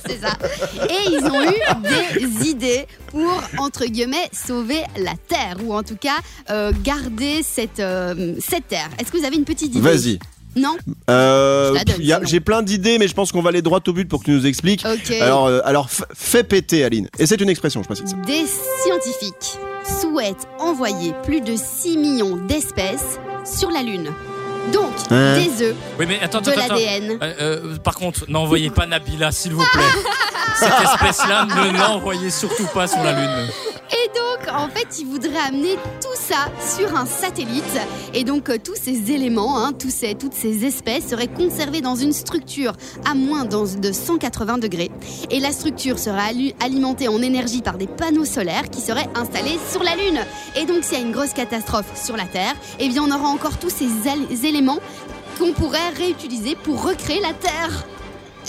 C'est ça. Et ils ont eu des idées pour, entre guillemets, sauver la Terre, ou en tout cas, euh, garder cette, euh, cette Terre. Est-ce que vous avez une petite idée Vas-y. Non Euh, Je la donne, y a- sinon. J'ai plein d'idées, mais je pense qu'on va aller droit au but pour que tu nous expliques. Ok. Alors, euh, alors f- fais péter, Aline. Et c'est une expression, je précise. Des scientifiques souhaitent envoyer plus de 6 millions d'espèces sur la Lune. Donc, Hein des œufs, Oui, mais attends, de attends, attends. l'ADN. Euh, euh, par contre, n'envoyez pas Nabila, s'il vous plaît. Cette espèce-là, ne l'envoyez surtout pas sur la Lune. Et donc, en fait, ils voudraient amener tout ça sur un satellite. Et donc, euh, tous ces éléments, hein, tous ces- toutes ces espèces seraient conservées dans une structure à moins dans- de 180 degrés. Et la structure serait alu- alimentée en énergie par des panneaux solaires qui seraient installés sur la Lune. Et donc, s'il y a une grosse catastrophe sur la Terre, eh bien, on aura encore tous ces al- éléments qu'on pourrait réutiliser pour recréer la Terre.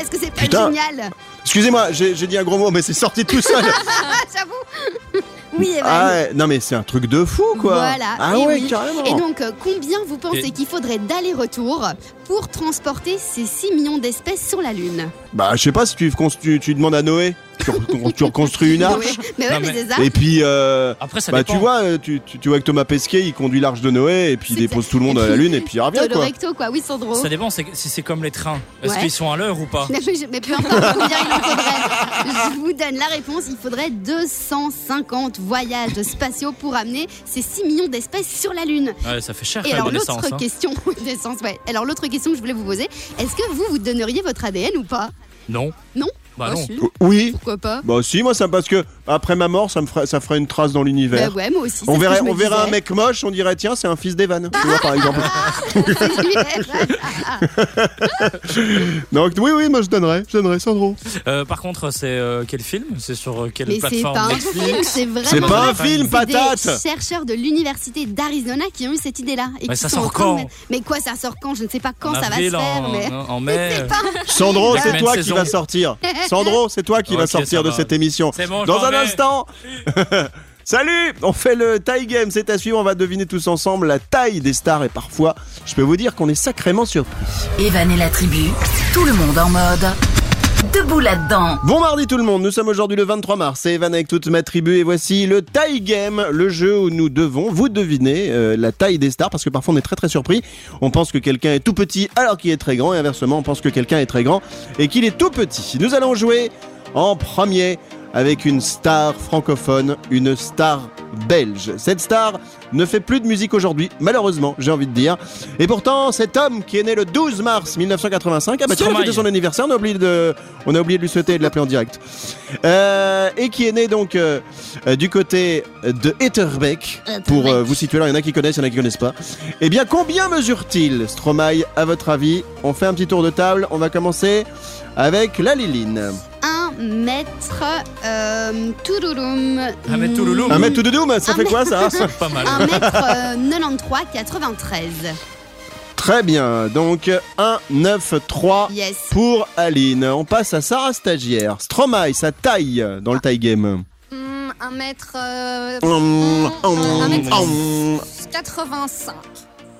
Est-ce que c'est pas Putain. génial Excusez-moi, j'ai j'ai dit un gros mot, mais c'est sorti tout seul. Ah, j'avoue Oui, Evan. ah, ouais, non, mais c'est un truc de fou, quoi. Voilà. Ah Et ouais, oui. carrément. Et donc, euh, combien vous pensez Et- qu'il faudrait d'aller-retour pour transporter ces 6 millions d'espèces sur la Lune Bah, je sais pas si tu, cons- tu, tu demandes à Noé, tu, re- tu reconstruis une arche. Mais ouais, Non, mais, mais- c'est ça. Et puis, euh, Après, ça bah, dépend. tu vois, euh, tu, tu, tu vois que Thomas Pesquet, il conduit l'arche de Noé et puis il C'est dépose tout le monde Et à la puis, lune et puis il revient, quoi. Recto, quoi. Oui, Sandro. Ça dépend c'est- si c'est comme les trains. Est-ce Oh. Ouais. qu'ils sont à l'heure ou pas Mais, je- mais peu importe combien il en faudrait. Je vous donne la réponse. Il faudrait 250 voyages spatiaux pour amener ces 6 millions d'espèces sur la Lune. Ouais, Ça fait cher Et quand alors même l'autre l'essence. hein. question, Oui, d'essence, ouais. Alors l'autre question que je voulais vous poser, est-ce que vous vous donneriez votre ADN ou pas Non. Non Bah non. Oui. Pourquoi pas Bah, si, moi, ça me- parce que après ma mort, ça me fera, ça fera une trace dans l'univers. Bah ouais, moi aussi. c'est on ce que verrait, je me on verrait un disais. mec moche, on dirait, tiens, c'est un fils d'Evan. Tu vois, par exemple. Donc, oui, oui, moi, je donnerais, je donnerais, Sandro. Euh, par contre, c'est euh, quel film C'est sur euh, quelle Mais c'est plateforme pas un Netflix film, c'est vraiment. C'est pas un vrai. film, C'est patate! Des chercheurs de l'université d'Arizona qui ont eu cette idée-là. et Mais qui ça sont en sort train de quand mettre- Mais quoi, ça sort quand Je ne sais pas quand En ça va se avril, faire. en, Mais... en- en mai. C'est pas- Sandro, La c'est même toi qui saison. va sortir. Sandro, c'est toi qui va Ok, sortir ça de va. cette émission. C'est bon, je Dans m'en un vais. instant. Salut On fait le taille game, c'est à suivre, on va deviner tous ensemble la taille des stars et parfois, je peux vous dire qu'on est sacrément surpris. Evan et la tribu, tout le monde en mode. Debout là-dedans. Bon mardi tout le monde, nous sommes aujourd'hui le 23 mars, c'est Evan avec toute ma tribu et voici le taille game, le jeu où nous devons vous deviner euh, la taille des stars parce que parfois on est très très surpris, on pense que quelqu'un est tout petit alors qu'il est très grand et inversement on pense que quelqu'un est très grand et qu'il est tout petit. Nous allons jouer en premier avec une star francophone, une star belge. Cette star ne fait plus de musique aujourd'hui, malheureusement, j'ai envie de dire. Et pourtant, cet homme qui est né le 12 mars 1985, ah bah tiens, il a fêté Stromae. son anniversaire, on a oublié de, on a oublié de lui souhaiter et de l'appeler en direct. Euh, et qui est né donc euh, euh, du côté de Etterbeek. Pour euh, vous situer là, il y en a qui connaissent, il y en a qui connaissent pas. Eh bien, combien mesure-t-il, Stromae, à votre avis On fait un petit tour de table, on va commencer avec la Liline. 1 mètre. Euh, toulouloum. Un mètre toulouloum. Un mètre tout de doom, ça fait quoi ça Pas mal. 1 mètre euh, 93, 93. Très bien, donc 1, 9, 3 Yes. pour Aline. On passe à Sarah Stagiaire. Stromae, sa taille dans le taille game. Hum, un mètre. euh, Hum, hum, un mètre hum. 85.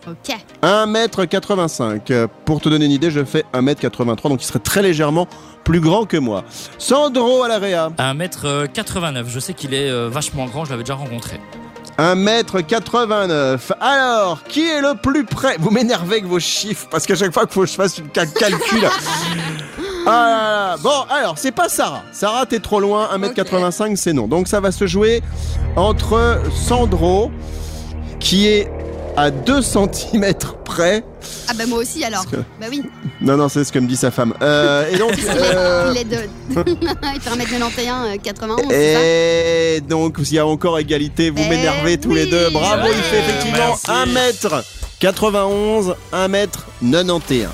Ok. 1m85. Euh, Pour te donner une idée, je fais 1m83, donc il serait très légèrement plus grand que moi. Sandro à l'area, 1m89, euh, je sais qu'il est euh, vachement grand, je l'avais déjà rencontré. 1m89. Alors, qui est le plus près Vous m'énervez avec vos chiffres, parce qu'à chaque fois qu'il faut que je fasse une- un calcul. Ah là là. Bon, alors, c'est pas Sarah. Sarah, t'es trop loin, 1m85, c'est non. Donc ça va se jouer entre Sandro, qui est à 2 cm près. Ah bah moi aussi alors. Parce que- Bah oui. Non, non, c'est ce que me dit sa femme. Euh, et donc... Il est- euh, Il est de. il fait 1 mètre 91, euh, 91. c'est ça Et donc, il y a encore égalité, vous Eh m'énervez tous oui. les deux. Bravo, il fait Ouais. effectivement Merci. 1 mètre 91, 1 mètre 91.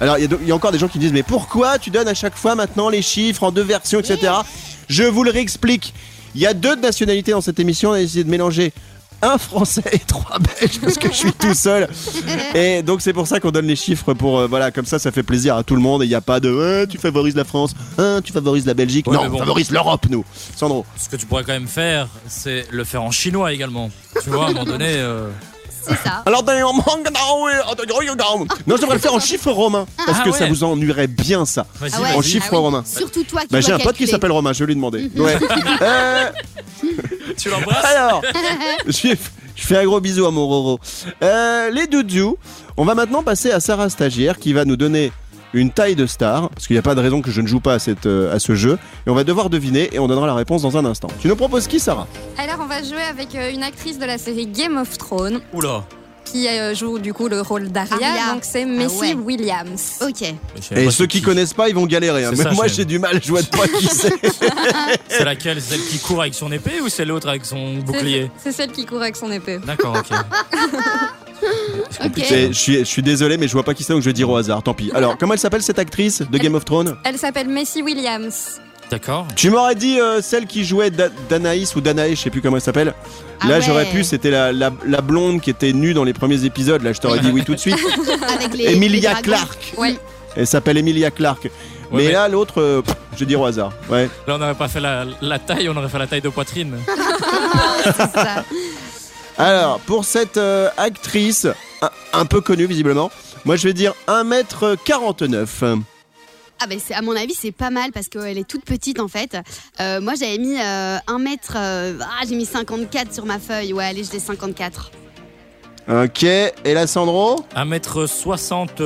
Alors, il y a do- il y, a encore des gens qui disent, mais pourquoi tu donnes à chaque fois maintenant les chiffres en deux versions, etc. Je vous le réexplique. Il y a deux nationalités dans cette émission, on a décidé de mélanger. Un français et trois belges parce que je suis tout seul et donc c'est pour ça qu'on donne les chiffres pour euh, voilà comme ça ça fait plaisir à tout le monde et il n'y a pas de euh, tu favorises la France hein, tu favorises la Belgique Ouais, non mais bon. on favorise l'Europe nous Sandro Ce que tu pourrais quand même faire, c'est le faire en chinois également. Tu vois, à un moment donné. euh, C'est ça. Alors, d'ailleurs, manga, oui, ah, d'ailleurs, oui, regarde. non, je devrais le faire en chiffres romains. Parce Ah que ça ouais. vous ennuierait bien, ça. Vas-y, Ah ouais. En vas-y. chiffres Ah oui. romains. Surtout toi qui Bah, j'ai dois un pote qui calculer. s'appelle Romain, je vais lui demander. Ouais. Euh, Tu l'embrasses alors, je, lui- je fais un gros bisou à mon Roro. Euh, les doudous, on va maintenant passer à Sarah Stagiaire qui va nous donner une taille de star. Parce qu'il n'y a pas de raison que je ne joue pas à, cette, euh, à ce jeu. Et on va devoir deviner et on donnera la réponse dans un instant. Tu nous proposes qui, Sarah Alors, on va jouer avec euh, une actrice de la série Game of Thrones Oula qui euh, joue du coup le rôle d'Aria. Aria. Donc, c'est Messi ouais. Williams. Ok. Je sais Et pas ceux c'est qui connaissent pas, ils vont galérer. hein. C'est Mais ça, moi, j'aime. j'ai du mal, je vois de pas qui c'est. C'est laquelle Celle qui court avec son épée ou c'est l'autre avec son C'est- bouclier C'est celle qui court avec son épée. D'accord, ok. Ok. C'est- Je suis, je suis désolé, mais je vois pas qui c'est, donc je vais dire au hasard. Tant pis. Alors, comment elle s'appelle cette actrice de Game of Thrones Elle s'appelle Messi Williams. D'accord. Tu m'aurais dit euh, celle qui jouait Da- Danaïs ou Danae, je sais plus comment elle s'appelle. Ah Là, ouais. j'aurais pu, c'était la, la- la blonde qui était nue dans les premiers épisodes. Là, je t'aurais dit oui tout de suite. Avec les. les Emilia dragons. Clarke. Ouais. Elle s'appelle Emilia Clarke. Ouais, mais, mais- là, l'autre, euh, pff, je vais dire au hasard. Ouais. Là, on n'aurait pas fait la, la taille, on aurait fait la taille de poitrine. Alors, pour cette euh, actrice, un, un peu connue visiblement, moi je vais dire 1m49. Ah ben c'est- à mon avis c'est pas mal parce qu'elle est toute petite en fait. Euh, moi j'avais mis euh, 1 mètre, euh, ah j'ai mis 54 sur ma feuille, ouais allez je l'ai 54. Ok, et là Sandro 1m62.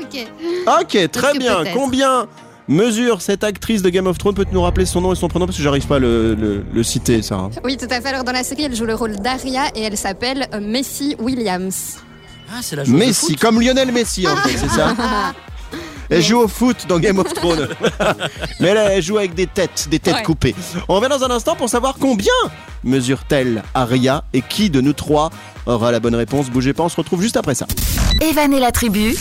Ok. Ok, très que bien. peut-être. Combien mesure cette actrice de Game of Thrones Peux-tu nous rappeler son nom et son prénom Parce que j'arrive pas à le, le- le citer, Sarah. Oui, tout à fait. Alors, dans la série, elle joue le rôle d'Aria et elle s'appelle euh, Messi Williams. Ah, c'est la joueuse de Messi, foot. comme Lionel Messi en fait, c'est ça Elle joue au foot dans Game of Thrones. Mais là, elle joue avec des têtes, des têtes Ouais. coupées. On revient dans un instant pour savoir combien mesure-t-elle Aria et qui de nous trois aura la bonne réponse. Bougez pas, on se retrouve juste après ça. Evan et la tribu.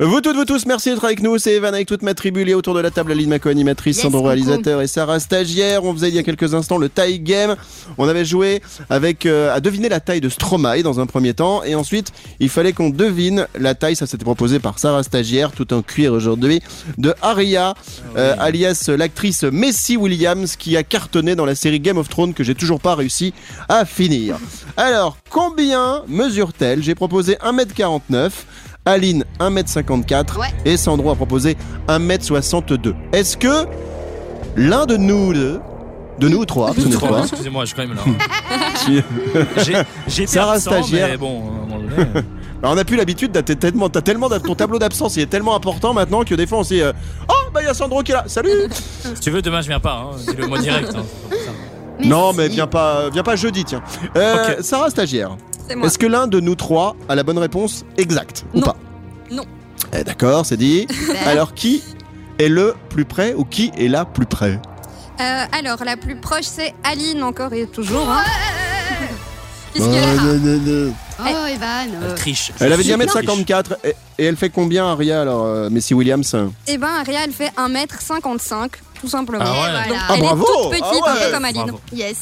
Vous toutes, vous tous, merci d'être avec nous. C'est Evan avec toute ma tribu. Il est autour de la table Aline Mako, animatrice, Yes, Sandro, coucou. réalisateur et Sarah, stagiaire. On faisait il y a quelques instants le taille game. On avait joué avec euh, à deviner la taille de Stromae dans un premier temps. Et ensuite, il fallait qu'on devine la taille, ça c'était proposé par Sarah, stagiaire, tout en cuir aujourd'hui, de Ah Aria, euh, alias l'actrice Messi Williams, qui a cartonné dans la série Game of Thrones que j'ai toujours pas réussi à finir. Alors, combien mesure-t-elle J'ai proposé 1m49. Aline 1m54 Ouais. et Sandro a proposé 1m62. Est-ce que l'un de nous deux, de nous trois, ce n'est Trois, pas, Excusez-moi, je suis quand même là. tu- J'ai- J'étais Sarah absent, stagiaire. mais bon, à un moment donné, euh, Alors, on a plus l'habitude, t'as t'es tellement, t'as tellement d'a- ton tableau d'absence, il est tellement important maintenant que des fois on s'est, euh, oh bah il y a Sandro qui est là, salut. si tu veux, demain, je viens pas. Hein. Dis-le moi direct. hein. non mais si. viens pas, viens pas jeudi tiens. Euh, Sarah stagiaire, C'est moi. est-ce que l'un de nous trois a la bonne réponse exacte ou Non. pas Non. Ben. Eh, D'accord, c'est dit. Alors qui est le plus près ou qui est la plus près Euh, alors, la plus proche, c'est Aline, encore et toujours. hein. Puisque Oh Evan. euh, Elle triche. Elle avait dit Je suis triche. 1m54 et, et elle fait combien Aria alors euh, Messi Williams Eh ben, Aria, elle fait 1m55, tout simplement. Ah ouais. Donc, Ah, elle bravo. est toute petite, Ah un ouais. peu comme Aline. Bravo. Yes.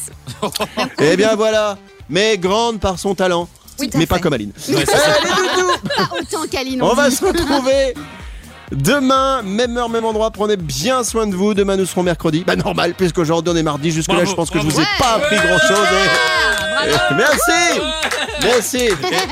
Eh bien voilà, mais grande par son talent. Oui, tout à mais pas fait. comme Aline. Ouais, c'est ça. Pas autant qu'Aline. On va dit. se retrouver demain, même heure, même endroit. Prenez bien soin de vous. Demain, nous serons mercredi. Bah, normal, puisqu'aujourd'hui, on est mardi. Jusque-là, Bravo, je pense que je bravo. vous ai pas appris grand-chose. Et- Merci! Merci!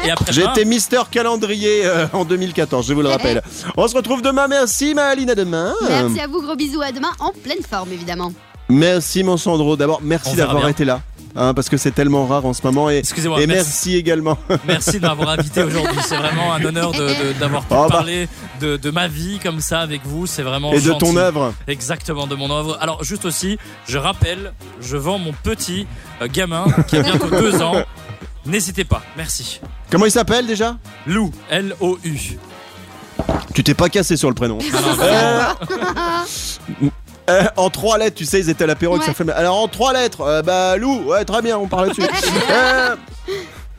Et après, demain, J'étais Mister Calendrier euh, en 2014, je vous le rappelle. On se retrouve demain. Merci, ma Aline. À demain. Merci à vous, gros bisous, à demain en pleine forme évidemment. Merci, mon Sandro. D'abord, On merci verra d'avoir bien. été là. hein, parce que c'est tellement rare en ce moment. Et, Excusez-moi, et merci. merci également. Merci de m'avoir invité aujourd'hui. C'est vraiment un honneur de- de- d'avoir pu Oh, bah. parler de, de ma vie comme ça avec vous. C'est vraiment et de ton gentil. œuvre. Exactement, de mon œuvre. Alors, juste aussi, je rappelle, je vends mon petit euh, gamin qui a bientôt deux ans. N'hésitez pas, merci. Comment il s'appelle déjà Lou, L-O-U. Tu t'es pas cassé sur le prénom. Euh, en trois lettres, tu sais, ils étaient à l'apéro avec sa Ouais. femme. Alors en trois lettres, euh, bah Lou, ouais, très bien, on parle dessus. Euh,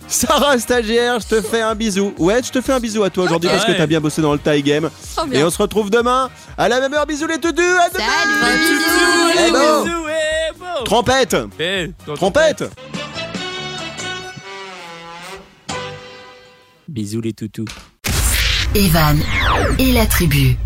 Sarah stagiaire, je te fais un bisou. Ouais, je te fais un bisou à toi aujourd'hui parce Ouais. que t'as bien bossé dans le tie game. Trop bien. Et on se retrouve demain à la même heure. Bisous les toutous, à demain. Salut. Eh ben. Bisous, eh, bon. Trompette, Eh, dans- trompette. Bisous les toutous. Evan et la tribu.